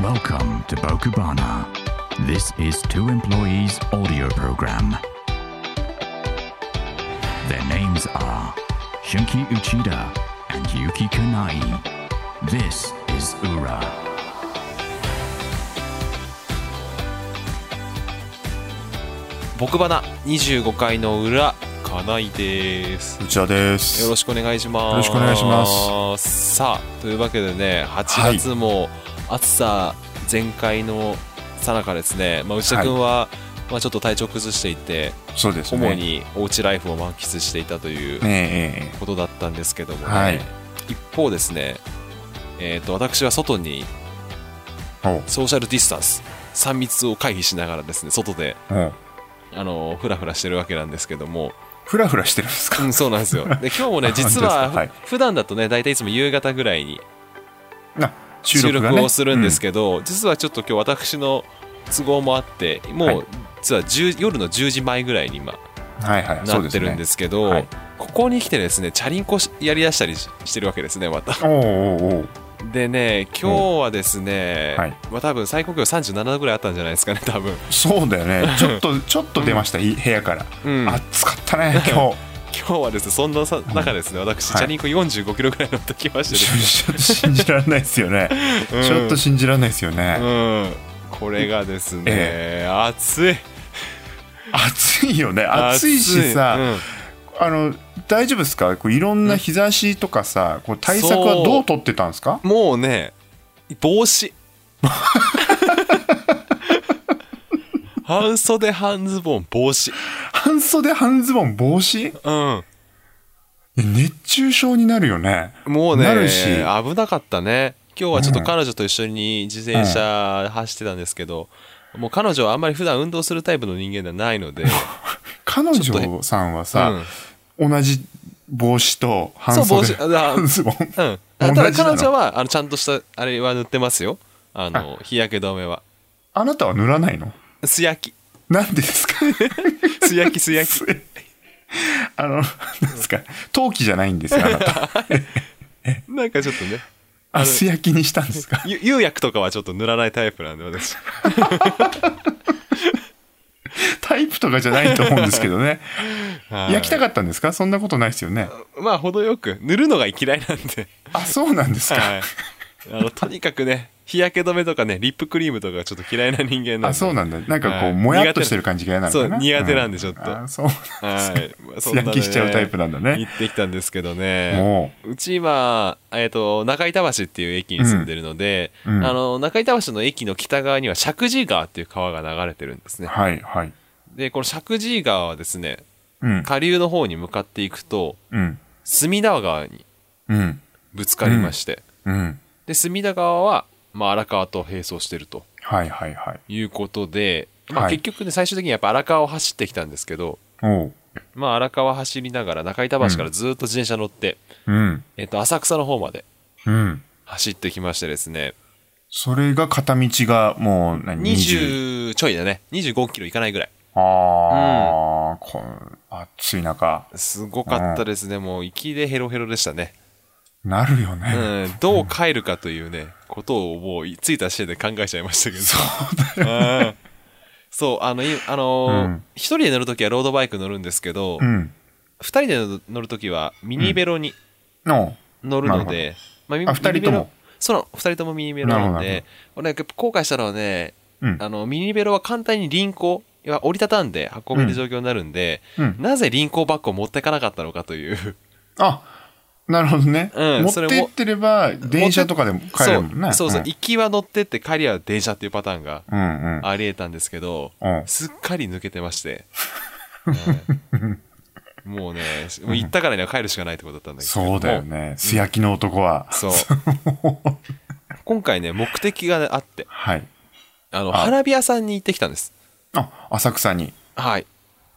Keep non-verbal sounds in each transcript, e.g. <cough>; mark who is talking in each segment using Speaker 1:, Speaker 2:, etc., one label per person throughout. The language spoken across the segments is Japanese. Speaker 1: Welcome to Bokubana. This is two employees' audio program. Their names are Shunki Uchida and Yuki Kunai. This is Ura.
Speaker 2: 僕ばな25回の裏かないです
Speaker 3: うちらです。
Speaker 2: よろしくお願いします
Speaker 3: よろしくお願いします
Speaker 2: さあというわけでね8
Speaker 3: い
Speaker 2: 月も暑さ全開のさなかですね、まあ、内田君は、まあ、ちょっと体調崩していて
Speaker 3: そうですね。
Speaker 2: 主におうちライフを満喫していたという
Speaker 3: ねええ
Speaker 2: ことだったんですけども、ね
Speaker 3: はい
Speaker 2: 一方ですね、えー、と私は外に
Speaker 3: ええ
Speaker 2: ソーシャルディスタンス3密を回避しながらですね外で
Speaker 3: おう。
Speaker 2: あのフラフラしてるわけなんですけども、
Speaker 3: ふらふらしてるんですか
Speaker 2: う
Speaker 3: <laughs>
Speaker 2: ん、そうなんですよ。で、今日もね、実は、
Speaker 3: 本当ですかはい
Speaker 2: 普段だとね、大体いつも夕方ぐらいに
Speaker 3: な収
Speaker 2: 収
Speaker 3: 録がね
Speaker 2: 録をするんです
Speaker 3: け
Speaker 2: けど、実はちょっと今日私の都合もあって、もう、
Speaker 3: はい
Speaker 2: 実は10夜の10時前ぐらいに今、
Speaker 3: ど。はいはい。そう
Speaker 2: な
Speaker 3: で
Speaker 2: って
Speaker 3: す
Speaker 2: る
Speaker 3: ね
Speaker 2: んで。すけど、
Speaker 3: はい
Speaker 2: ここに来てですね、チャリンコしやりだしたりししてるわけですね、また。
Speaker 3: おうおうおう。
Speaker 2: でね、今日はですね、
Speaker 3: はい
Speaker 2: まあ多分最高気温37度ぐらいあったんじゃないですかね、多分。
Speaker 3: そうだ
Speaker 2: <laughs>
Speaker 3: よね。ちょっと、ちょっと出ました、い部屋から。
Speaker 2: うん
Speaker 3: 暑かったね、
Speaker 2: <laughs>
Speaker 3: 今日。
Speaker 2: 今日はですね、そんなさ中ですね、私、
Speaker 3: はい
Speaker 2: チャリンコ45キロぐらい乗ってきましてですね
Speaker 3: ちょっと信じられないですよね。
Speaker 2: <laughs> うん
Speaker 3: ちょっと信じられないですよね。
Speaker 2: うん、これがですね、
Speaker 3: え
Speaker 2: 暑い
Speaker 3: 暑いよね。暑いしさ、あの、大丈夫ですかこういろんな日差しとかさ、こう対策はどう取ってたんですか <laughs>
Speaker 2: うんもうね帽子半袖半ズボン帽子
Speaker 3: 半袖、半ズボン、帽子
Speaker 2: うん
Speaker 3: 熱中症になるよね。
Speaker 2: もうね
Speaker 3: なるし
Speaker 2: 危なかったね今日はちょっと
Speaker 3: うん
Speaker 2: 彼女と一緒に自転車走ってたんですけど、もう彼女はあんまり普段運動するタイプの人間ではない
Speaker 3: <laughs>
Speaker 2: ので
Speaker 3: 彼女さんはさ、同じ帽子と半
Speaker 2: そう帽
Speaker 3: 袖
Speaker 2: 子あ
Speaker 3: 半ズボン
Speaker 2: うん、
Speaker 3: 同
Speaker 2: た
Speaker 3: じな
Speaker 2: だ
Speaker 3: の
Speaker 2: 彼女はあのちゃんとしたあれは塗ってますよあの日焼け止めは
Speaker 3: <laughs> あなたは塗らないの
Speaker 2: 素焼き
Speaker 3: なんでで
Speaker 2: <laughs>
Speaker 3: すか
Speaker 2: 素焼き素焼き
Speaker 3: あのなんですか陶器じゃないんですよあ
Speaker 2: <laughs>
Speaker 3: なた
Speaker 2: なんかちょっとね
Speaker 3: あ素焼きにしたんですか
Speaker 2: ゆ釉薬とかはちょっと塗らないタイプなんで
Speaker 3: <laughs>
Speaker 2: 私
Speaker 3: タイプとかじゃないと思うんですけど
Speaker 2: <laughs>
Speaker 3: ね焼きた
Speaker 2: か
Speaker 3: かったんですかそんなことないですよね
Speaker 2: まあ程よく塗るのが嫌いなんで、
Speaker 3: あそうなんですか、
Speaker 2: <laughs> はい、あのとにかくね日焼け止めとかねリップクリームとかがちょっと嫌いな人間なんで
Speaker 3: あそうなんだなんかこう、
Speaker 2: はい
Speaker 3: もやっとしてる感じが嫌なのかな
Speaker 2: そう苦手なんでちょっと
Speaker 3: あそうなん
Speaker 2: はい
Speaker 3: です <laughs>
Speaker 2: ま
Speaker 3: か、
Speaker 2: あそ
Speaker 3: 素
Speaker 2: んなの
Speaker 3: 焼
Speaker 2: ね
Speaker 3: きしちゃうタイプなんだ
Speaker 2: 行
Speaker 3: ね
Speaker 2: ってきたんですけどね
Speaker 3: も
Speaker 2: うち今、えっと中板橋っていう駅に住んでるので、
Speaker 3: うんうん
Speaker 2: あの中板橋の駅の北側には石神井川っていう川が流れてるんです
Speaker 3: う
Speaker 2: ね
Speaker 3: はいはい
Speaker 2: でこの石神井川はですね
Speaker 3: うん
Speaker 2: 下流の方に向かっていくと
Speaker 3: うん
Speaker 2: 隅田川に
Speaker 3: うん
Speaker 2: ぶつかりまして、
Speaker 3: うん
Speaker 2: で隅田川は、まあ、荒川と並走してると
Speaker 3: はいはいはい
Speaker 2: いうことで、まあ、
Speaker 3: はい
Speaker 2: 結局ね最終的にやっぱ荒川を走ってきたんですけど、
Speaker 3: おう
Speaker 2: まあ、荒川走りながら中板橋からずっと自転車乗って、
Speaker 3: うん
Speaker 2: えっと浅草の方まで
Speaker 3: うん
Speaker 2: 走ってきましてですね
Speaker 3: それが片道がもう何
Speaker 2: 20ちょいだね25キロいかないぐらい
Speaker 3: ああ、こん、暑い中
Speaker 2: すごかったですね、もう息でヘロヘロでしたね、
Speaker 3: なるよ
Speaker 2: う
Speaker 3: ね、
Speaker 2: ん、どう帰るかというねことをもう着いた時点で考えちゃいましたけど
Speaker 3: そうだよ
Speaker 2: うんそう、あの、いあのー
Speaker 3: うん
Speaker 2: 一人で乗るときはロードバイク乗るんですけど、
Speaker 3: う
Speaker 2: 二、
Speaker 3: ん
Speaker 2: 人で乗る乗るときはミニベロに
Speaker 3: の
Speaker 2: 乗るので、まみ
Speaker 3: あ二人とも
Speaker 2: ミニベロその、二人ともミニベロなん
Speaker 3: なる
Speaker 2: で、俺、やっぱ後悔したのはね、
Speaker 3: うん
Speaker 2: あの、ミニベロは簡単に輪行、いや折りたたんで運べる状況になるんで、
Speaker 3: うん
Speaker 2: なぜ輪行バッグを持ってかなかったのかという。
Speaker 3: あなるほどね、
Speaker 2: うん
Speaker 3: 持
Speaker 2: それ
Speaker 3: っ
Speaker 2: も
Speaker 3: てってれば電車とかでも帰れるもんね
Speaker 2: そうそうそう、
Speaker 3: ん
Speaker 2: 行きは乗ってって帰りは電車っていうパターンが
Speaker 3: うんうん
Speaker 2: あり得たんですけど、
Speaker 3: うん
Speaker 2: すっかり抜けてま
Speaker 3: <laughs>
Speaker 2: して、はいもうねもう行ったからには帰るしかないってことだったんだけど
Speaker 3: そうだよね素焼きの男は、
Speaker 2: そう今回ね目的がねあって
Speaker 3: はい
Speaker 2: あの
Speaker 3: あ
Speaker 2: 花火屋さんに行ってきたんです
Speaker 3: あ浅草に
Speaker 2: はい、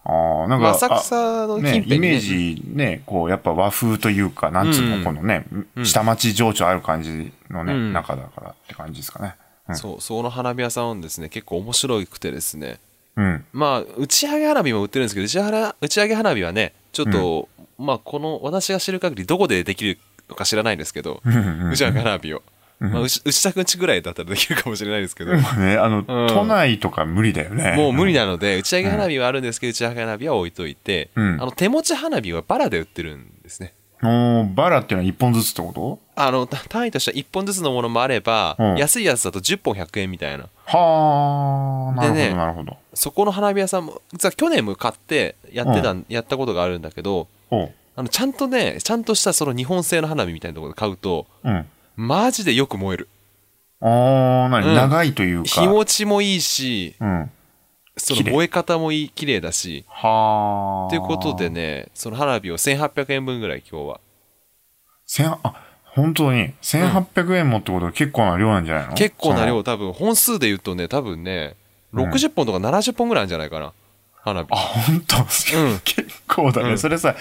Speaker 3: ああなん
Speaker 2: まあ浅
Speaker 3: かあ
Speaker 2: 草の近辺
Speaker 3: ね
Speaker 2: に、ね
Speaker 3: イメージねこうやっぱ和風というかなんつうの、
Speaker 2: うん
Speaker 3: このね
Speaker 2: うん
Speaker 3: 下町情緒ある感じのね、
Speaker 2: うん
Speaker 3: 中だからって感じですかねうん
Speaker 2: そうその花火屋さんはですね結構面白くてですね
Speaker 3: うん
Speaker 2: まあ打ち上げ花火も売ってるんですけど打ち上げ打ち上げ花火はねちょっと、まあこの私が知る限りどこでできるのか知らないんですけど、
Speaker 3: うんうん
Speaker 2: 打ち上げ花火を、まあ、牛牛田くんちぐらいだったらできるかもしれないですけど、
Speaker 3: まあね、あの、都内とか無理だよね。
Speaker 2: もう無理なので、打ち上げ花火はあるんですけど、打ち上げ花火は置いといて、
Speaker 3: うん
Speaker 2: あの手持ち花火はバラで売ってるんですね。
Speaker 3: おーバラっていうのは1本ずつってこと
Speaker 2: あのた単位としては1本ずつのものもあれば、
Speaker 3: うん
Speaker 2: 安いやつだと10本100円みたいな。
Speaker 3: はあ、なるほ
Speaker 2: で
Speaker 3: ど、
Speaker 2: ね
Speaker 3: なるほど。
Speaker 2: そこの花火屋さんも、実は去年も買ってやってた、やったことがあるんだけど、
Speaker 3: おう
Speaker 2: あのちゃんとね、ちゃんとしたその日本製の花火みたいなところで買うと、
Speaker 3: うん。
Speaker 2: マジでよく燃える。
Speaker 3: ああ、なに、
Speaker 2: うん
Speaker 3: 長いという
Speaker 2: 日
Speaker 3: か。
Speaker 2: 持ちもいいし、
Speaker 3: うん。
Speaker 2: そ
Speaker 3: 綺
Speaker 2: の
Speaker 3: 麗
Speaker 2: 燃え方もいい綺麗だし、
Speaker 3: はあ。
Speaker 2: ということで。ね、その花火を1800円分ぐらい今日は。
Speaker 3: 千、あ、本当に、1800円もってことは結構な量なんじゃないの、
Speaker 2: 結構な量、多分本数で言うとね、多分ね、
Speaker 3: うん
Speaker 2: 60本とか70本ぐらいあるんじゃないかな、花火
Speaker 3: あ、。本当、
Speaker 2: うん
Speaker 3: 結構だね、
Speaker 2: うん
Speaker 3: それさ、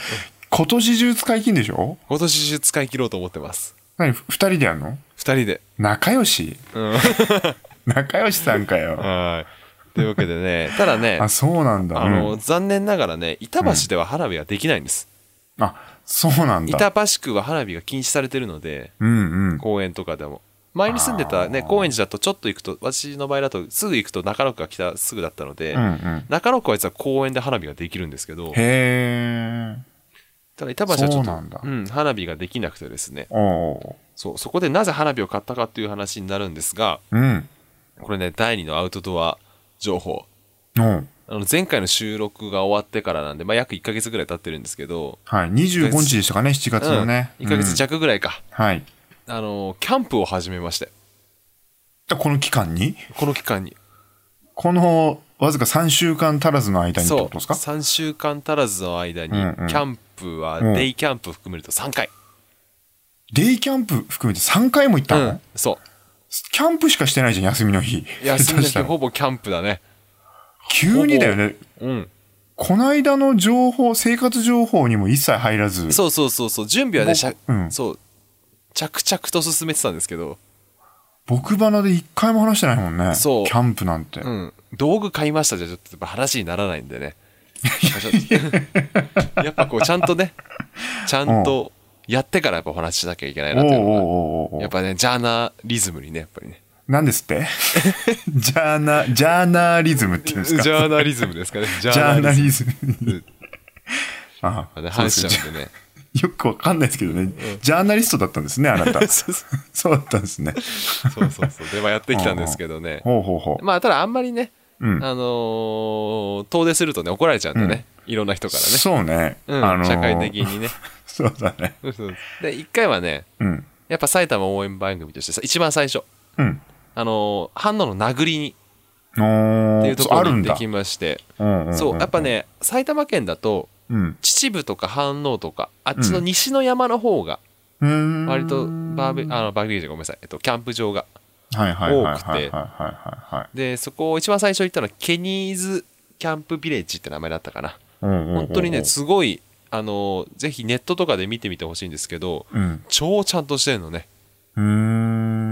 Speaker 3: 今年中使い切んでしょ
Speaker 2: 今年中使い切ろうと思ってます。
Speaker 3: 何、ふ二人でやるの
Speaker 2: 二人で。
Speaker 3: 仲良し
Speaker 2: うん。
Speaker 3: 仲良しさんかよ。
Speaker 2: はい。というわけで
Speaker 3: <laughs>
Speaker 2: ね、ただね
Speaker 3: あ、、そうなんだ。
Speaker 2: あの、
Speaker 3: うん
Speaker 2: 残念ながらね、板橋では花火ができないんです。
Speaker 3: あ、そうなんだ。
Speaker 2: 板橋区は花火が禁止されてるので、
Speaker 3: うんうん。
Speaker 2: 公園とかでも。前に住んでたね、高円寺だとちょっと行くと、私の場合だとすぐ行くと中野区が来たすぐだったので、
Speaker 3: うんうん。
Speaker 2: 中野区は実は公園で花火ができるんですけど、
Speaker 3: へえ。
Speaker 2: ただ板橋はちょっと
Speaker 3: そうなんだ
Speaker 2: うん、花火ができなくてですね、
Speaker 3: おうお
Speaker 2: そう、そこでなぜ花火を買ったかという話になるんですが、
Speaker 3: う。うん。
Speaker 2: これね、第2のアウトドア情報。
Speaker 3: おう
Speaker 2: あの前回の収録が終わってからなんで、まあ、約1ヶ月ぐらい経ってるんですけど、
Speaker 3: はい。25日でしたかね、7月のね。
Speaker 2: うん、1ヶ月
Speaker 3: ゃ、
Speaker 2: 弱ぐらいか、
Speaker 3: はい。
Speaker 2: あの、キャンプを始めまして、
Speaker 3: だこの期間に
Speaker 2: この期間に。
Speaker 3: このわずか3週間足らずの間にって
Speaker 2: そ
Speaker 3: こ
Speaker 2: う、
Speaker 3: とですか
Speaker 2: 3週間足らずの間に、キ
Speaker 3: うんうん
Speaker 2: ャンプは、
Speaker 3: うん
Speaker 2: デイキャンプ含めると3回。
Speaker 3: デイキャンプ含めて3回も行った
Speaker 2: う
Speaker 3: の、
Speaker 2: ん、そ
Speaker 3: キャンプしかしてないじゃん、休みの日。
Speaker 2: う。休みの
Speaker 3: 下手し
Speaker 2: 日
Speaker 3: たら
Speaker 2: ほぼキャンプだね。
Speaker 3: 急にだよね。
Speaker 2: うん。
Speaker 3: この間の情報、生活情報にも一切入らず。
Speaker 2: そうそうそうそう、準備はね、しゃ
Speaker 3: うん
Speaker 2: そう、着々と進めてたんですけど、
Speaker 3: 僕花で一回も話してないもんね。
Speaker 2: そう
Speaker 3: キャンプなんて。
Speaker 2: うん、道具買いましたじゃちょっとやっぱ話にならないんで
Speaker 3: <laughs>
Speaker 2: ねやっぱこうちゃんとねちゃんとやってからやっぱお話ししなきゃいけない
Speaker 3: お
Speaker 2: な
Speaker 3: う
Speaker 2: っ
Speaker 3: お
Speaker 2: ていううの
Speaker 3: おうおうお
Speaker 2: が
Speaker 3: う
Speaker 2: やっぱねジャーナリズムにねやっぱりね
Speaker 3: 何ですって
Speaker 2: <laughs>
Speaker 3: ジャーナ、ジャーナリズムっていうん
Speaker 2: ジ
Speaker 3: ですか
Speaker 2: ャーナリズムですかねジ
Speaker 3: ジャーナリズ
Speaker 2: ム
Speaker 3: ム。あ
Speaker 2: まあね
Speaker 3: そうで
Speaker 2: 話
Speaker 3: す
Speaker 2: し
Speaker 3: ね
Speaker 2: ちゃうんでね
Speaker 3: よくわかんないですけどね、ジャーナリストだったんですね、
Speaker 2: <laughs>
Speaker 3: あなた。
Speaker 2: そうそ
Speaker 3: そうだったんですね。
Speaker 2: うそうそうそうでまあやってきたんですけどね
Speaker 3: ほうほうほう。
Speaker 2: まあただあんまりね
Speaker 3: うん
Speaker 2: あのー遠出するとね怒られちゃうんでねいろんな人からね
Speaker 3: そうね。
Speaker 2: うん
Speaker 3: あのー
Speaker 2: 社会的。にね
Speaker 3: そうだね。
Speaker 2: そうそうで一回はね
Speaker 3: うん。
Speaker 2: やっぱ埼玉応援番組としてさ一番最初
Speaker 3: うん。
Speaker 2: あのー、反応の殴りに
Speaker 3: おー
Speaker 2: っていうと
Speaker 3: そう
Speaker 2: こ
Speaker 3: あ
Speaker 2: ろに
Speaker 3: るん
Speaker 2: 行
Speaker 3: だ
Speaker 2: って。きまして、
Speaker 3: うんんん
Speaker 2: そう、やっぱ。ね、埼玉県だと、
Speaker 3: うん。
Speaker 2: 秩父とか飯能とか、あっちの西の山の方が、
Speaker 3: うーん
Speaker 2: 割とバーベ、あの、バーベキューじゃごめんなさい、えっと、キャンプ場が。
Speaker 3: はいはいはいはい
Speaker 2: 多くて
Speaker 3: はいはいはいはい。
Speaker 2: で、そこを一番最初行ったのは、ケニーズキャンプビレッジって名前だったかな。
Speaker 3: 本
Speaker 2: 本当にね、すごい、あの、ぜひネットとかで見てみてほしいんですけど、
Speaker 3: うん。
Speaker 2: 超ちゃんとしてるのね。
Speaker 3: うー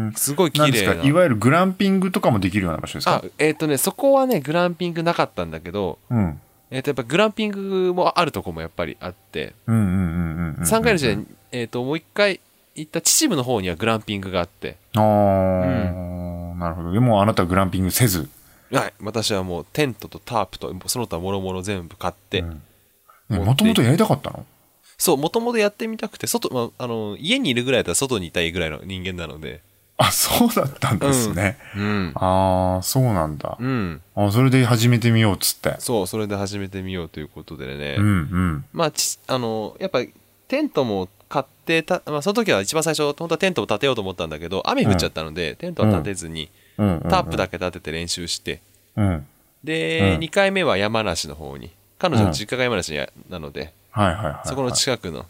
Speaker 3: ん。
Speaker 2: すごい
Speaker 3: なん
Speaker 2: 綺
Speaker 3: です
Speaker 2: 麗
Speaker 3: かい
Speaker 2: な。
Speaker 3: わゆるグランピングとかもできるような場所です
Speaker 2: あ
Speaker 3: か、
Speaker 2: えっ、とね、そこはね、グランピングなかったんだけど、
Speaker 3: うん。
Speaker 2: えっ、と、やっぱグランピングもあるとこもやっぱりあって、
Speaker 3: うんうんうんうんうん。
Speaker 2: 3回のうちで、えー、ともう1回行った秩父の方にはグランピングがあって、
Speaker 3: あーなるほど。でもあなたはグランピングせず。
Speaker 2: はい、私はもうテントとタープとその他もろもろ全部買って、
Speaker 3: うんねもともとやりたかったの <laughs>
Speaker 2: そうもともとやってみたくて外、まあ、あの家にいるぐらいだったら外にいたいぐらいの人間なので
Speaker 3: あ、そうだったんですね。
Speaker 2: うん、
Speaker 3: ああ、そうなんだ。あそれで始めてみようっつって。
Speaker 2: そうそれで始めてみようということでね、
Speaker 3: うんうん。
Speaker 2: まあちあのやっぱテントも買ってた、まあ、その時は一番最初本当はテントを建てようと思ったんだけど雨降っちゃったので、テントは建てずに、
Speaker 3: うんうんうん
Speaker 2: タープだけ建てて練習して、
Speaker 3: うん。
Speaker 2: で、
Speaker 3: うん
Speaker 2: 2回目は山梨の方に彼女
Speaker 3: う
Speaker 2: の
Speaker 3: ん
Speaker 2: 実家が山梨にあなので、
Speaker 3: はいはいはい、はい。
Speaker 2: そこの近くの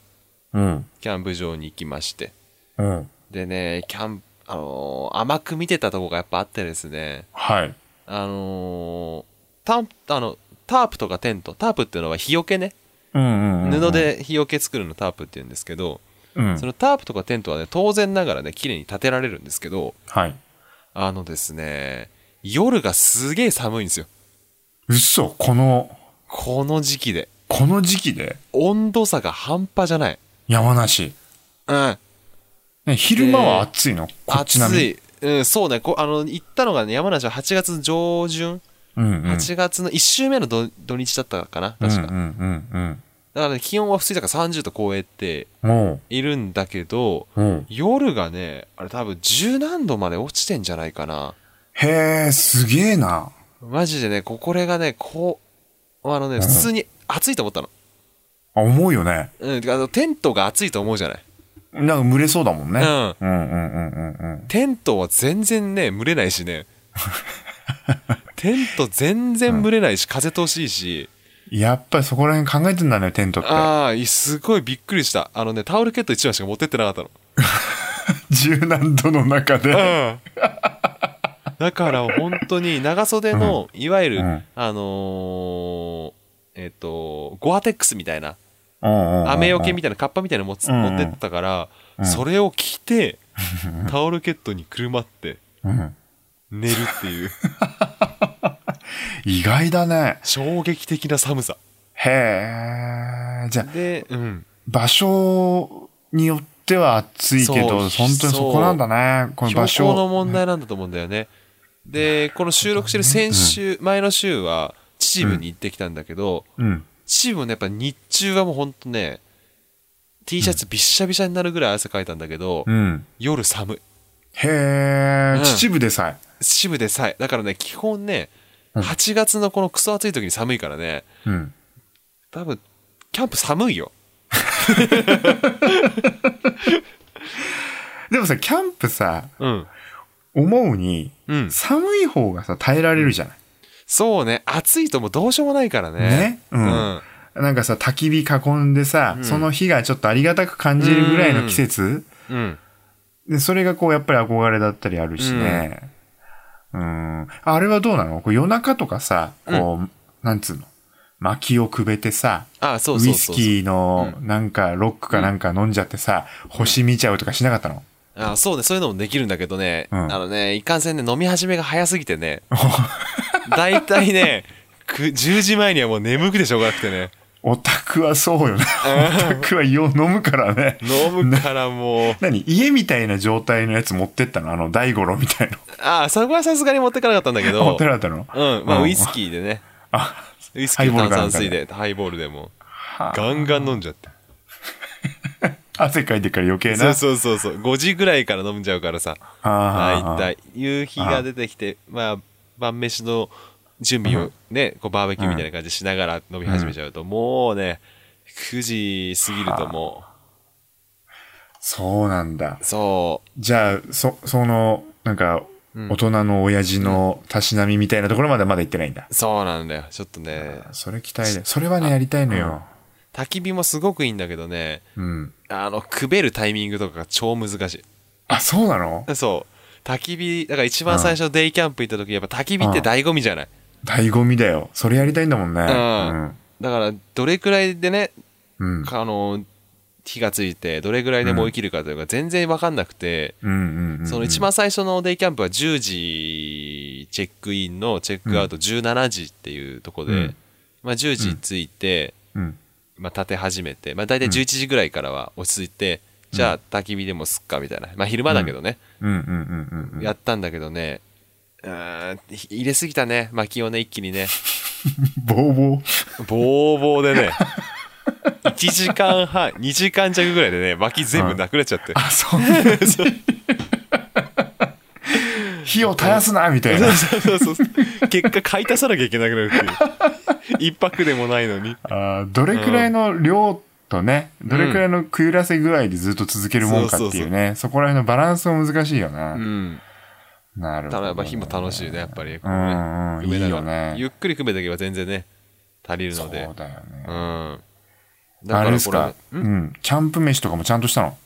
Speaker 3: うん。
Speaker 2: キャンプ場に行きまして
Speaker 3: うん。
Speaker 2: でねキャンプあのー甘く見てたとこがやっぱあってですね
Speaker 3: はい。
Speaker 2: あのータンあのタープとかテントタープっていうのは日よけね
Speaker 3: うんうんうんうん、
Speaker 2: 布で日よけ作るのタープっていうんですけど、
Speaker 3: うん
Speaker 2: そのタープとかテントはね当然ながらね綺麗に建てられるんですけど
Speaker 3: はい。
Speaker 2: あのですね夜がすげえ寒いんですよ
Speaker 3: 嘘この、
Speaker 2: この時期で
Speaker 3: この時期で
Speaker 2: 温度差が半端じゃない
Speaker 3: 山梨。
Speaker 2: うん
Speaker 3: えね、昼間は暑いの、こっち並
Speaker 2: 暑
Speaker 3: み。
Speaker 2: い、うん、そうねこあの行ったのがね山梨は8月上旬
Speaker 3: うんうん。
Speaker 2: 8月の1週目の土土日だったかな確か、
Speaker 3: うんうんうん
Speaker 2: だからね、気温は普通にだから30度超えて
Speaker 3: うん。も
Speaker 2: いるんだけど
Speaker 3: う、もう。
Speaker 2: 夜がねあれ多分十何度まで落ちてんじゃないかな
Speaker 3: へえ、すげえな。
Speaker 2: マジでねここれがねこうあのね
Speaker 3: うん
Speaker 2: 普通に暑いと思ったの,、
Speaker 3: あ、思うよね。
Speaker 2: うん、てかあのテントが暑いと思うじゃない、
Speaker 3: なんか蒸れそうだもんね。
Speaker 2: うん
Speaker 3: うんうんうんうんうん。
Speaker 2: テントは全然ね蒸れないし
Speaker 3: <laughs>
Speaker 2: ねテント全然蒸れないし風通しいいし、
Speaker 3: やっぱりそこら辺考えてんだね、テントって。
Speaker 2: ああ、いすごいびっくりした。あのね、タオルケット1枚しか持ってってなかったの。
Speaker 3: 柔軟度の中で。
Speaker 2: だから本当に長袖の、いわゆる、
Speaker 3: うん
Speaker 2: あのーえっ、と、ゴアテックスみたいな、雨
Speaker 3: 雨
Speaker 2: よけみたいな、カッパみたいなの持つ
Speaker 3: うんうん
Speaker 2: 持ってったから、
Speaker 3: うん
Speaker 2: それを着
Speaker 3: <laughs>
Speaker 2: て、タオルケットにくるまって
Speaker 3: たいな。うん
Speaker 2: 寝るって
Speaker 3: <laughs>
Speaker 2: いう、
Speaker 3: 意外だね。
Speaker 2: 衝撃的な寒さ。
Speaker 3: へえ。じゃあ、
Speaker 2: で、うん。
Speaker 3: 場所によっては暑いけど、本
Speaker 2: そう
Speaker 3: 当にそこなんだね。この
Speaker 2: 標
Speaker 3: 場
Speaker 2: 高の
Speaker 3: 所。
Speaker 2: 問題なんだと思うんだよね。で、この収録してる先週、前の週は、秩父に行ってきたんだけど、
Speaker 3: うん。
Speaker 2: チームねやっぱ日中はもうほんとね T シャツびっしゃびしゃになるぐらい汗かいたんだけど、
Speaker 3: うん。
Speaker 2: 夜寒い
Speaker 3: へ
Speaker 2: う
Speaker 3: え。
Speaker 2: ん
Speaker 3: 秩父でさえ。
Speaker 2: 支部でさえだからね基本ね
Speaker 3: うん
Speaker 2: 8月のこのクソ暑い時に寒いからね
Speaker 3: うん。
Speaker 2: 多分キャンプ寒いよ
Speaker 3: でもさ、キャンプさ、
Speaker 2: うん
Speaker 3: 思うに、
Speaker 2: うん
Speaker 3: 寒い方がさ、耐えられるじゃない。
Speaker 2: そうね暑いともうどうしようもないからね
Speaker 3: ねうん
Speaker 2: うん
Speaker 3: なんかさ、焚き火囲んでさ、
Speaker 2: うん
Speaker 3: その火がちょっとありがたく感じるぐらいの季節、
Speaker 2: うん
Speaker 3: でそれがこう、やっぱり憧れだったりあるしね。うん。あれはどうなのこう夜中とかさ、こう、なんつうの薪をくべてさ、
Speaker 2: あそ
Speaker 3: ウ
Speaker 2: うそう
Speaker 3: イス
Speaker 2: そう
Speaker 3: キ
Speaker 2: そう
Speaker 3: ーのなんかロックかなんか飲んじゃってさ、星見ちゃうとかしなかったの
Speaker 2: あそうねそういうのもできるんだけどね、
Speaker 3: うん
Speaker 2: あのねいかんせんね飲み始めが早すぎて
Speaker 3: <laughs>
Speaker 2: ね大体ねく10時前にはもう眠くてしょうがなくてね
Speaker 3: オタクはそうよね。オタクはよう飲むから <laughs> ね。
Speaker 2: 飲むからもう
Speaker 3: 何家みたいな状態のやつ持ってったのあの大五郎みたいの。
Speaker 2: ああ、そこはさすがに持ってかなかったんだけ
Speaker 3: 持っ
Speaker 2: ど
Speaker 3: て、なかったの
Speaker 2: うん、ま
Speaker 3: う
Speaker 2: あ
Speaker 3: ん
Speaker 2: ウイスキーでね、
Speaker 3: あ、
Speaker 2: ウイスキ
Speaker 3: ハイボ
Speaker 2: ー
Speaker 3: ール
Speaker 2: 炭
Speaker 3: か
Speaker 2: 酸水で、ハイボールでも、ガンガン飲んじゃって。
Speaker 3: 汗かいてから余計な。
Speaker 2: そうそうそうそう、5時ぐらいから飲んじゃうからさ、
Speaker 3: あー
Speaker 2: 大体、夕日が出てきて、まあ、晩飯の準備をね、こうバーベキューみたいな感じしながら飲み始めちゃうと、もうね、9時過ぎるとも
Speaker 3: そうなんだ
Speaker 2: う、。そ
Speaker 3: じゃあ、そ、その、なんか、
Speaker 2: ん
Speaker 3: 大人の親父のたしなみみたいなところまでまだ行ってないんだ。
Speaker 2: う、そうなんだよ。ちょっとね、
Speaker 3: それ期待で。それはね、やりたいのよ。
Speaker 2: 焚き火もすごくいいんだけどね、
Speaker 3: うん。
Speaker 2: あの、くべるタイミングとかが超難しい。
Speaker 3: あ、そうなの
Speaker 2: <laughs> そう焚き火だから一番最初デイキャンプ行った時やっぱ焚き火って醍醐味じゃない、
Speaker 3: 醍醐味だよ。それやりたいんだもんね。
Speaker 2: うんだからどれくらいでね
Speaker 3: うん。うん。
Speaker 2: あの火がついてどれくらいで燃え切るかというか全然分かんなくて、
Speaker 3: うんうんうん。
Speaker 2: その一番最初のデイキャンプは10時チェックインのチェックアウト17時っていうとこで、
Speaker 3: うん
Speaker 2: まあ、10時着いて、
Speaker 3: うん。
Speaker 2: まあ、立て始めて、まあ、大体11時ぐらいからは落ち着いて、じゃあ焚き火でもすっかみたいな、まあ、昼間だけどね、
Speaker 3: うんうんうんうんうん。
Speaker 2: やったんだけどね、うーん、ひ入れすぎたね、薪をね、一気
Speaker 3: <laughs>
Speaker 2: にね、
Speaker 3: ボーボー。
Speaker 2: ぼうぼうでね、1時間半、2時間弱ぐらいでね、薪全部なくなっちゃって。
Speaker 3: あ、そうなんだ <laughs> 火を絶やすな、みたい
Speaker 2: <laughs>
Speaker 3: な。
Speaker 2: そうそうそう結果買い足さなきゃいけなくなるっていう一泊でもないのに
Speaker 3: あーどれくらいの量とね、どれくらいのくゆらせ具合でずっと続けるもんかっていうね、そこら辺のバランスも難しいよな。
Speaker 2: うん
Speaker 3: なるほ
Speaker 2: ただ
Speaker 3: ど、ね。
Speaker 2: やっぱ火も楽しいねやっぱりこ
Speaker 3: うんうん
Speaker 2: 組めながら
Speaker 3: いいよね
Speaker 2: ゆっくり組めとけば全然ね足りる
Speaker 3: そ
Speaker 2: の
Speaker 3: う
Speaker 2: で
Speaker 3: だよね。
Speaker 2: うんだか
Speaker 3: あ
Speaker 2: ら
Speaker 3: れです
Speaker 2: これ
Speaker 3: か、
Speaker 2: う
Speaker 3: うん、キャンプ飯とかもちゃんとしたの。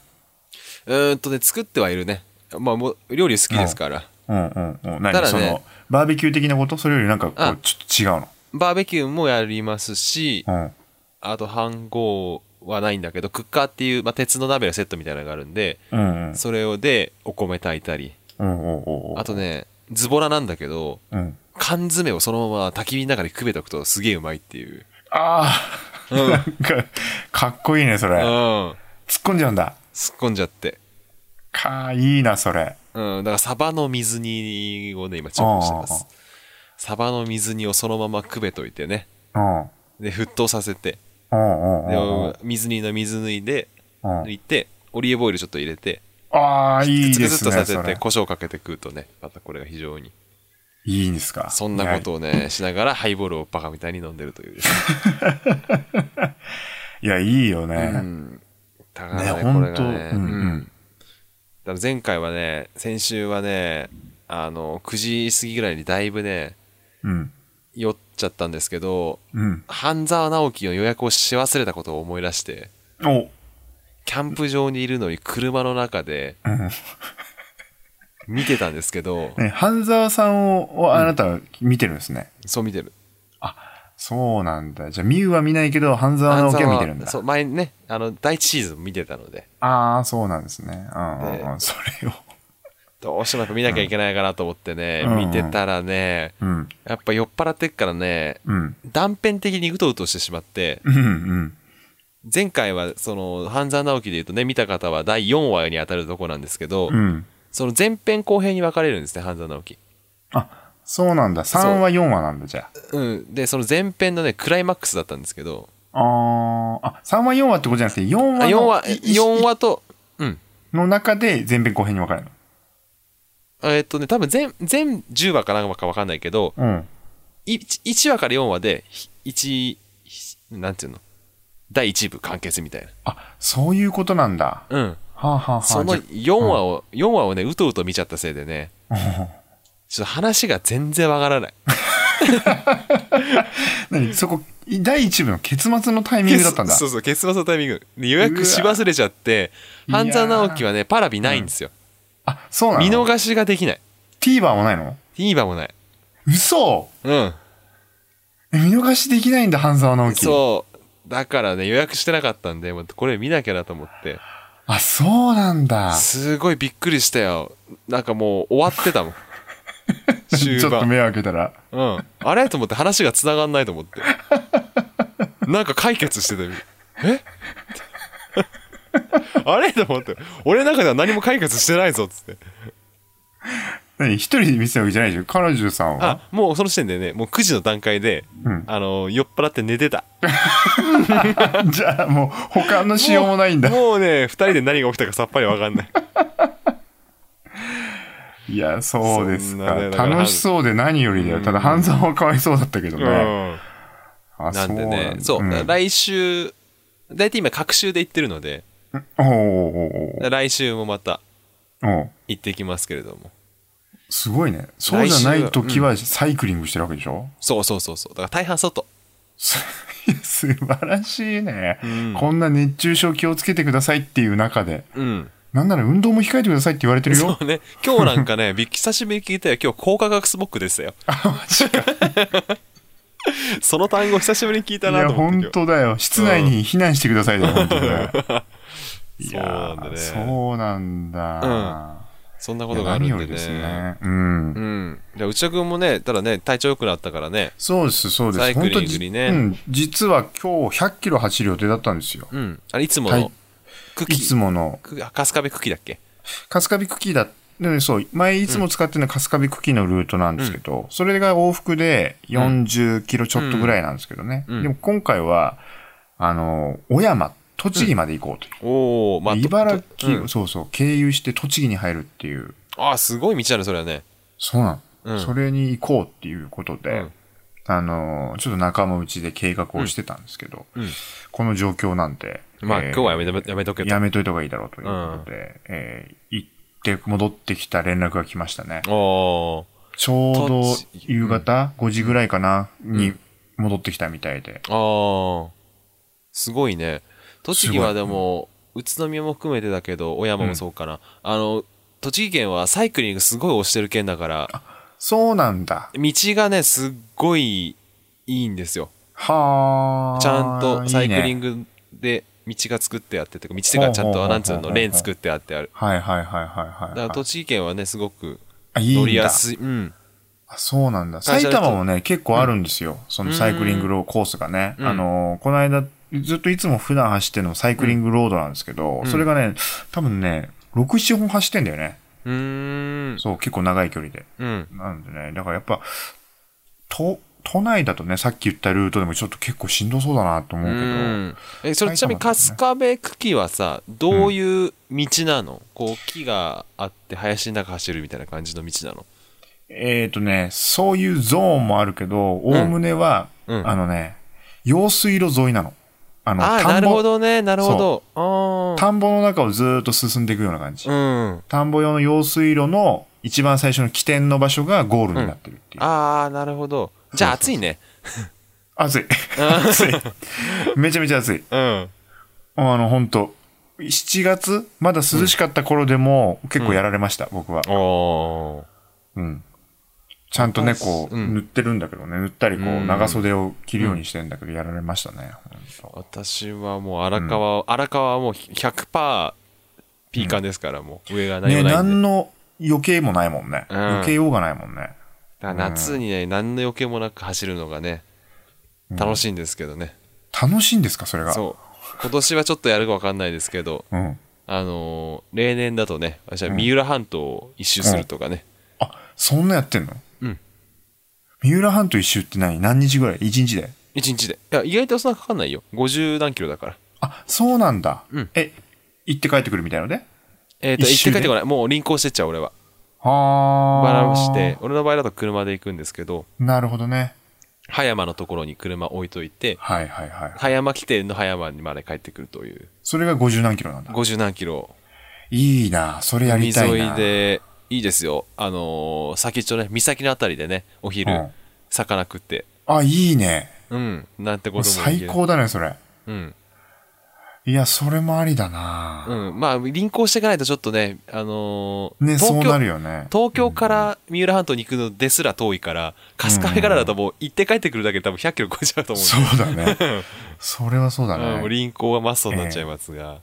Speaker 2: ーんとね作ってはいるねまあもう料理好きですから
Speaker 3: うんうんうん。
Speaker 2: ただ
Speaker 3: 何、
Speaker 2: ね
Speaker 3: その、バーベキュー的なことそれよりなんかこ
Speaker 2: あ
Speaker 3: う、ちょっと違う
Speaker 2: バーベキューもやりますし、
Speaker 3: の。
Speaker 2: あと飯盒はないんだけど、クッカーっていう、まあ、鉄の鍋のセットみたいなのがあるんで、
Speaker 3: うん。うんうん。
Speaker 2: それをでお米炊いたり、
Speaker 3: うんおうおうおう
Speaker 2: あとね、ズボラなんだけど、
Speaker 3: うん。
Speaker 2: 缶詰をそのまま焚き火の中でくべとくとすげえうまいっていう。
Speaker 3: ああ、なんか、かっこいいね、それ。
Speaker 2: うん。
Speaker 3: 突っ込んじゃうんだ。
Speaker 2: 突っ込んじゃって。
Speaker 3: かいいな、それ。
Speaker 2: うん、だからサバの水煮をね、今注文してます。サバの水煮をそのままくべといてね。
Speaker 3: うん。うん
Speaker 2: で、沸騰させて、
Speaker 3: うん
Speaker 2: で
Speaker 3: うん
Speaker 2: 水煮の水抜いで、
Speaker 3: うん。う
Speaker 2: 抜
Speaker 3: ん
Speaker 2: いて、オリーブオイルちょっと入れて、
Speaker 3: ああ、いいで
Speaker 2: つ
Speaker 3: す
Speaker 2: くつ
Speaker 3: ね、
Speaker 2: っとさ
Speaker 3: そ
Speaker 2: せて、
Speaker 3: れ。
Speaker 2: 胡椒かけて食うとね、またこれが非常に。
Speaker 3: いいんですか。
Speaker 2: そんなことをね、しながらハイボールをバカみたいに飲んでるという。
Speaker 3: いや、いいよ
Speaker 2: う
Speaker 3: ね。
Speaker 2: ん。だか
Speaker 3: ね、
Speaker 2: らね、これ
Speaker 3: 本当
Speaker 2: が
Speaker 3: う
Speaker 2: ね、
Speaker 3: ん
Speaker 2: う
Speaker 3: う
Speaker 2: ん
Speaker 3: ん。
Speaker 2: だから前回はね、先週はね、あの、9時過ぎぐらいにだいぶね、
Speaker 3: うん。
Speaker 2: 酔っちゃったんですけど、
Speaker 3: うん。
Speaker 2: 半沢直樹の予約をし忘れたことを思い出して、
Speaker 3: お
Speaker 2: キャンプ場にいるのに車の中で
Speaker 3: うん
Speaker 2: 見てたんですけど、
Speaker 3: ね、半沢さんを、をあなたは見てるんですね。
Speaker 2: そう見てる。
Speaker 3: そうなんだ。じゃあ、ミュウは見ないけど、半沢直樹は見てるんだ。
Speaker 2: そう、前にね、あの、第一シーズン見てたので、
Speaker 3: ああ、そうなんですね。うんうんう
Speaker 2: で
Speaker 3: ん。それを。
Speaker 2: どうしてもやっぱ見なきゃいけないかなと思ってね、
Speaker 3: うん
Speaker 2: 見てたらね、
Speaker 3: うん。
Speaker 2: やっぱ酔っ払ってっからね、
Speaker 3: うん。
Speaker 2: 断片的にうとうとしてしまって、
Speaker 3: うん。うん。
Speaker 2: 前回はその、半沢直樹で言うとね、見た方は第4話に当たるとこなんですけど、
Speaker 3: うん。
Speaker 2: その前編後編に分かれるんですね、半沢直樹。
Speaker 3: あ、そうなんだ。3話、4話なんだ、じゃ
Speaker 2: うん。で、その前編のね、クライマックスだったんですけど、
Speaker 3: あ。あーあ、3話、4話ってことじゃなくて、4話
Speaker 2: あ
Speaker 3: の
Speaker 2: 4話、
Speaker 3: いい
Speaker 2: 4話と、うん。
Speaker 3: の中で前編後編に分かれる
Speaker 2: えっとね、多分全、全10話か何話か分かんないけど、
Speaker 3: の。うん。
Speaker 2: 1, 1話から4話で、1、ひなんていうの第1部完結みたい
Speaker 3: あ、そういうことなんだ。は
Speaker 2: な。うん。
Speaker 3: あ、はあはあ、
Speaker 2: その
Speaker 3: じ
Speaker 2: 4
Speaker 3: ゃ
Speaker 2: 話を、4話をね、うとうと見ちゃったせいで
Speaker 3: <laughs>
Speaker 2: ね、ちょっと話が全然わからない。
Speaker 3: 何そこ、第1部の結末のタイミングだったんだ。
Speaker 2: そうそう、結末のタイミング。で予約し忘れちゃって、
Speaker 3: うわ
Speaker 2: 半沢直樹はね、パラビないんですよ。
Speaker 3: あ、そうな
Speaker 2: 見
Speaker 3: の
Speaker 2: 逃しができない。
Speaker 3: ?TVer もないの
Speaker 2: TVer もない。
Speaker 3: 嘘
Speaker 2: うん。
Speaker 3: え見逃しできないんだ、半沢直樹。
Speaker 2: そう。だからね、予約してなかったんで、もうこれ見なきゃなと思って。
Speaker 3: あ、そうなんだ。
Speaker 2: すごいびっくりしたよ。なんかもう終わってた
Speaker 3: <laughs>
Speaker 2: もん。終
Speaker 3: ちょっと
Speaker 2: 盤。
Speaker 3: 目を開けたら。
Speaker 2: うん。あれと思って話が繋がんないと思って。なんか解決してたよ。え <laughs> あれと思って。俺の中では何も解決してないぞっつって。
Speaker 3: 何一人で見せたわけじゃないでしょ彼女さんは。
Speaker 2: あ、もうその時点でね、もう9時の段階で、
Speaker 3: うん
Speaker 2: あの、酔っ払って寝てた。
Speaker 3: <laughs> じゃあもう他のしようもないんだ。
Speaker 2: もうね、2人で何が起きたかさっぱりわかんない。
Speaker 3: いや、そうです
Speaker 2: そ
Speaker 3: か。
Speaker 2: んなねだから
Speaker 3: 楽しそうで何よりだよ。ただ、半沢はかわいそうだったけど
Speaker 2: う
Speaker 3: ね。
Speaker 2: ん
Speaker 3: あ、
Speaker 2: な
Speaker 3: そ
Speaker 2: ん
Speaker 3: う
Speaker 2: でね、そう、
Speaker 3: ん
Speaker 2: だから来週、大体今、隔週で行ってるので、
Speaker 3: おうおうおうおう
Speaker 2: 来週もまた
Speaker 3: おう
Speaker 2: 行ってきますけれども。
Speaker 3: すごいね。そうじゃない時
Speaker 2: う
Speaker 3: はサイクリングしてるわけでしょ、 <laughs>
Speaker 2: そうそうそうそう。だから大半外。
Speaker 3: す素晴らしいね、
Speaker 2: ん
Speaker 3: こんな熱中症気をつけてくださいっていう中で。
Speaker 2: うん。
Speaker 3: なんなら運動も控えてくださいって言われてるよ
Speaker 2: そ。うね。今日なんか
Speaker 3: <laughs>
Speaker 2: ね、び久しぶりに聞いたよ。今日、高化学スモックでしたよ。
Speaker 3: マジか。
Speaker 2: <laughs> その単語久しぶりに聞いた
Speaker 3: い
Speaker 2: な
Speaker 3: や、
Speaker 2: と思って
Speaker 3: 本
Speaker 2: 今日。
Speaker 3: 当だよ。室内に避難してくださいだよ、本
Speaker 2: <laughs>
Speaker 3: 当だよ。い
Speaker 2: そうなんだ
Speaker 3: やー
Speaker 2: ね
Speaker 3: そうなんだ。
Speaker 2: そんな
Speaker 3: う
Speaker 2: こ
Speaker 3: ん、
Speaker 2: とがあ
Speaker 3: 何
Speaker 2: る
Speaker 3: よ
Speaker 2: んで
Speaker 3: りです
Speaker 2: ね。
Speaker 3: ね。う。
Speaker 2: うんん。じゃあ、内田君もね、ただね、体調良くなったからね。
Speaker 3: そうです、そうです。
Speaker 2: サイクリング
Speaker 3: 本当じ
Speaker 2: にね
Speaker 3: うん。実は今日100キロ走る予定だったんですよ。
Speaker 2: うん。あれ、いつも
Speaker 3: はい
Speaker 2: の、ク
Speaker 3: い
Speaker 2: キ
Speaker 3: つもの。
Speaker 2: くあ春日部クキだっけ
Speaker 3: 春日部クキーだ。でね、そう、前いつも使ってるのは春日部クキーのルートなんですけど、それが往復で40キロちょっとぐらいなんですけどね。
Speaker 2: うんうん
Speaker 3: でも今回は、あの、小山、栃木まで行こうという。
Speaker 2: おおまあ、と
Speaker 3: 茨
Speaker 2: う
Speaker 3: 城、
Speaker 2: ん
Speaker 3: そうそう、経由して栃木に入るっていう。
Speaker 2: ああ、すごい道だね、それはね。
Speaker 3: そうな
Speaker 2: う
Speaker 3: の。
Speaker 2: ん
Speaker 3: それに行こうっていうことで、
Speaker 2: うん
Speaker 3: あの、ちょっと仲間内で計画をしてたんですけど、
Speaker 2: うんうん
Speaker 3: この状況なんで。
Speaker 2: まあ、
Speaker 3: えー
Speaker 2: 今日はやめとやめとけと
Speaker 3: や。めといた方がいいだろうということで、えー行って戻ってきた連絡が来ましたね。
Speaker 2: おー
Speaker 3: ちょうど
Speaker 2: 栃木
Speaker 3: 夕方5時ぐらいかな、
Speaker 2: う
Speaker 3: に戻ってきたみたいで。
Speaker 2: ああ、すごいね。栃木は
Speaker 3: すごい
Speaker 2: でも、宇都宮も含めてだけど、小山もそうかな。あの、栃木県はサイクリングすごい推してる県だから、
Speaker 3: そうなんだ。
Speaker 2: 道がね、すっごいいいんですよ。
Speaker 3: はあ。
Speaker 2: ちゃんとサイクリ
Speaker 3: グ。
Speaker 2: ングで道が作ってあってとか、道っていうかちゃん
Speaker 3: ほう
Speaker 2: と、
Speaker 3: ほうほうほう
Speaker 2: なんつうの、レーン作ってあってある。
Speaker 3: はいはいはいはいはい。
Speaker 2: だから栃木県はね、すごく
Speaker 3: あいいんだ
Speaker 2: 乗りやすい。うん。
Speaker 3: あそうなんだ。
Speaker 2: 会社
Speaker 3: 埼
Speaker 2: だと
Speaker 3: 玉もね、結構あるんですよ。そのサイクリングローコースがね。
Speaker 2: うん
Speaker 3: あのー、この間、ずっといつも普段走ってるのもサイクリングロードなんですけど、
Speaker 2: ん
Speaker 3: それがね、多分ね、 6、7本走ってんだよね。
Speaker 2: うーん。
Speaker 3: そう、結構長い距離で。
Speaker 2: うん。
Speaker 3: なんでね、だからやっぱ、都、都内だとね、さっき言ったルートでもちょっと結構しんどそうだなと思うけど、
Speaker 2: うんえそれちなみに
Speaker 3: 埼
Speaker 2: 春日部久喜はさどういう道なの、こう木があって林の中走るみたいな感じの道なの
Speaker 3: えっ、とね、そういうゾーンもあるけど、おおむねは、
Speaker 2: うん
Speaker 3: あのね、用水路沿いなの。あの、
Speaker 2: ああ
Speaker 3: 田
Speaker 2: なんるほ
Speaker 3: ぼ、
Speaker 2: どねなるほどあ
Speaker 3: 田んぼの中をずーっと進んでいくような感じ。
Speaker 2: あうん
Speaker 3: 田んぼ用の用水路の一番最初の起点の場所がゴールになってるっていう。
Speaker 2: ああなるほどじゃあ
Speaker 3: そう
Speaker 2: 暑
Speaker 3: そう
Speaker 2: いね
Speaker 3: 暑い。暑い。めちゃめちゃ暑い。
Speaker 2: うん
Speaker 3: あの、本当7月、まだ涼しかった頃でも、結構やられました、僕は。
Speaker 2: おー
Speaker 3: うん。ちゃんとね、こう、
Speaker 2: うん
Speaker 3: 塗ってるんだけどね、塗ったり、こ
Speaker 2: う
Speaker 3: う、
Speaker 2: ん
Speaker 3: 長袖を着るようにしてんだけど、やられましたね。ほんと
Speaker 2: 私はもう荒川、荒川はもう100%ピーカンですから、もう上が何
Speaker 3: ね、
Speaker 2: もないんで、
Speaker 3: 何の余計もないもんね。
Speaker 2: うん
Speaker 3: 余計ようがないもんね。
Speaker 2: だから夏にね何の余計もなく走るのがね楽しいんですけどね、
Speaker 3: 楽しいんですか、それが。
Speaker 2: そう今年はちょっとやるか分かんないですけど
Speaker 3: う。ん。
Speaker 2: あのー例年だとね私は三浦半島を一周するとかね、
Speaker 3: あ、そんなやってんの
Speaker 2: うん。
Speaker 3: 三浦半島一周って何何日ぐらい ?1 日で。
Speaker 2: 一日でいや意外とそんなかかんないよ50何キロだから
Speaker 3: あ、そうなんだ。
Speaker 2: うん
Speaker 3: え、行って帰ってくるみたいので
Speaker 2: えっ、と
Speaker 3: 一
Speaker 2: 行って
Speaker 3: 周
Speaker 2: 帰
Speaker 3: で
Speaker 2: ってこないもう輪行してっちゃう俺は
Speaker 3: は
Speaker 2: バラ
Speaker 3: あ。
Speaker 2: して。俺の場合だと車で行くんですけど
Speaker 3: なるほどね。
Speaker 2: 葉山のところに車置いといて
Speaker 3: はいはいはい。
Speaker 2: 葉山起点の葉山にまで帰ってくるという
Speaker 3: それが50何キロなんだ。
Speaker 2: 50何キロ
Speaker 3: いいなそれや
Speaker 2: 海
Speaker 3: りたい
Speaker 2: 沿い
Speaker 3: な。
Speaker 2: でいいですよあのー先っちょね岬のあたりでねお昼、
Speaker 3: うん
Speaker 2: 魚食って
Speaker 3: あ、いいね。
Speaker 2: うんなんてこ
Speaker 3: もう
Speaker 2: とも言え
Speaker 3: 最高だね、それ。
Speaker 2: うん
Speaker 3: いや、それもありだな、
Speaker 2: うん、まあ輪行していかないとちょっとね、あのー
Speaker 3: ね、
Speaker 2: 東
Speaker 3: そう
Speaker 2: 京
Speaker 3: なるよね。
Speaker 2: 東京から三浦半島に行くのですら遠いから春日部からだともう行って帰ってくるだけで多分100キロ超えちゃうと思うんで
Speaker 3: そうだね。それはそうだ
Speaker 2: うんもう
Speaker 3: ね。
Speaker 2: 輪行はマストになっちゃいますが、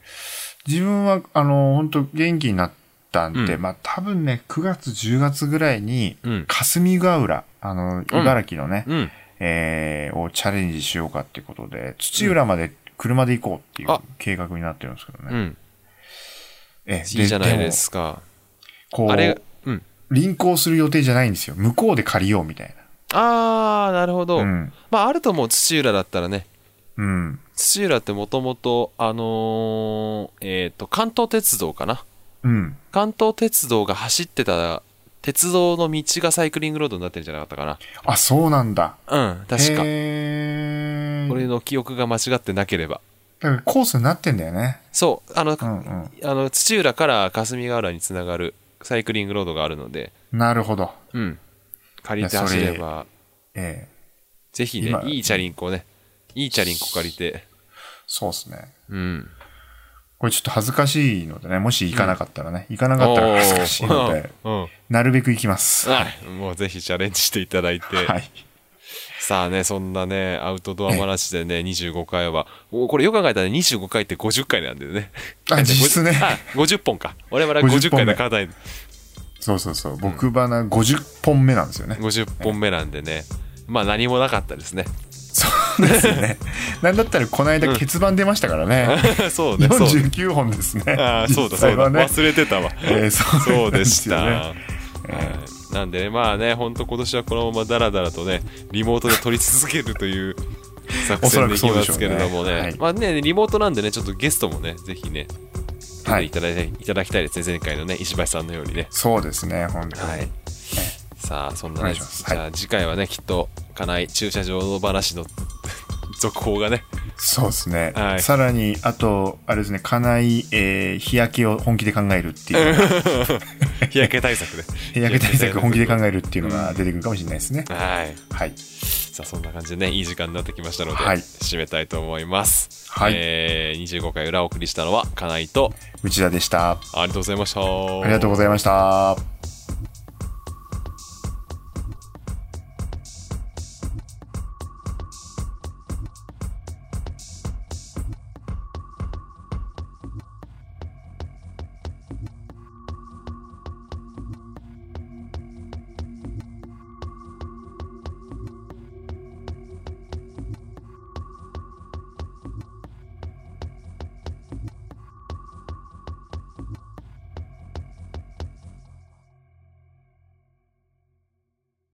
Speaker 3: 自分は、あの、本当元気になったんで、
Speaker 2: うん
Speaker 3: まあ多分ね、9月、10月ぐらいに、
Speaker 2: うん
Speaker 3: 霞ヶ浦、あの、茨城のね、
Speaker 2: うん
Speaker 3: えーをチャレンジしようかっていうことで、土浦まで車で行こうっていう
Speaker 2: あ
Speaker 3: 計画になってるんですけどね。
Speaker 2: うん
Speaker 3: ええ
Speaker 2: いいじゃないで。すか
Speaker 3: もこ
Speaker 2: あれ
Speaker 3: う、
Speaker 2: うん
Speaker 3: 輪行する予定じゃないんですよ。向こうで借りようみたい
Speaker 2: ああなるほど、
Speaker 3: な。うん。
Speaker 2: まああると思う土浦だったらね
Speaker 3: うん。
Speaker 2: 土浦ってもともとあのーえっ、と関東鉄道かな
Speaker 3: うん。
Speaker 2: 関東鉄道が走ってた鉄道の道がサイクリングロードになってるんじゃなかったかな
Speaker 3: あ、そうなんだ。
Speaker 2: うん、確か。
Speaker 3: へー
Speaker 2: 俺の記憶が間違ってなければ。
Speaker 3: だからコースになってんだよね。
Speaker 2: そう、あの、
Speaker 3: うんうん。
Speaker 2: あの土浦から霞ヶ浦につながるサイクリングロードがあるので、
Speaker 3: なるほど。
Speaker 2: うん。借りて走れば、
Speaker 3: ええ
Speaker 2: ぜひね
Speaker 3: 今、
Speaker 2: いいチャリンコね、いいチャリンコ借りて、
Speaker 3: そうですね。
Speaker 2: うん。
Speaker 3: これちょっと恥ずかしいのでね、もし行かなかったらね、行かなかったら恥ずかしいので、
Speaker 2: おーうん。
Speaker 3: なるべく行きます。は
Speaker 2: はい。もうぜひチャレンジしていただいて、
Speaker 3: <laughs> い。
Speaker 2: さあね、そんなね、アウトドア話でね、25回は、おこれよく考えたらね、25回って50回なんでね。
Speaker 3: あ
Speaker 2: <laughs>
Speaker 3: 実質ね
Speaker 2: あ、50本か。我々は50回の課題、
Speaker 3: そうそうそう。僕花50本目なんですよね。
Speaker 2: 50本目なんでね、まあ何もなかったですね。
Speaker 3: そうですね。なんだったらこの間欠番出ましたからね。
Speaker 2: <laughs> <laughs> そうね、そうね。
Speaker 3: 49本ですね。
Speaker 2: あーそうだ、そう
Speaker 3: 実際
Speaker 2: だ、
Speaker 3: はね
Speaker 2: 忘れてたわ。
Speaker 3: えーそう
Speaker 2: そう
Speaker 3: なん
Speaker 2: で
Speaker 3: で
Speaker 2: し
Speaker 3: す
Speaker 2: た。
Speaker 3: よね
Speaker 2: はいなんでね、まあね、本当今年はこのままダラダラとね、リモートで撮り続けるという作戦でいきますけれども
Speaker 3: おそらくそうで
Speaker 2: ね
Speaker 3: しょうねはい、
Speaker 2: まあね、リモートなんでね、ちょっとゲストもね、ぜひね、出
Speaker 3: は
Speaker 2: てい
Speaker 3: い。
Speaker 2: ただいていただきたいですね、前回のね、石橋さんのようにね。
Speaker 3: そうですね、本当に。
Speaker 2: はい。さあ、そんな
Speaker 3: お願
Speaker 2: ね、
Speaker 3: い
Speaker 2: じ
Speaker 3: します
Speaker 2: ゃあ次回はね、きっと、家内駐車場の話の続報がね、
Speaker 3: そうですね、
Speaker 2: はい
Speaker 3: さらにあとあれですね家内、えー日焼けを本気で考えるっていうのが
Speaker 2: 日焼け対策で。
Speaker 3: <laughs> 日焼け対策本気で考
Speaker 2: る。
Speaker 3: えるっていうのが出てくるかもしれないですね、
Speaker 2: はい。
Speaker 3: はい
Speaker 2: さあそんな感じでねいい時間になってきましたので、
Speaker 3: はい
Speaker 2: 締めたいと思います、
Speaker 3: はい
Speaker 2: えー、25回裏お送りしたのはかないと
Speaker 3: 内田でしたあ
Speaker 2: ありがとうございましたあ
Speaker 3: りがとうございました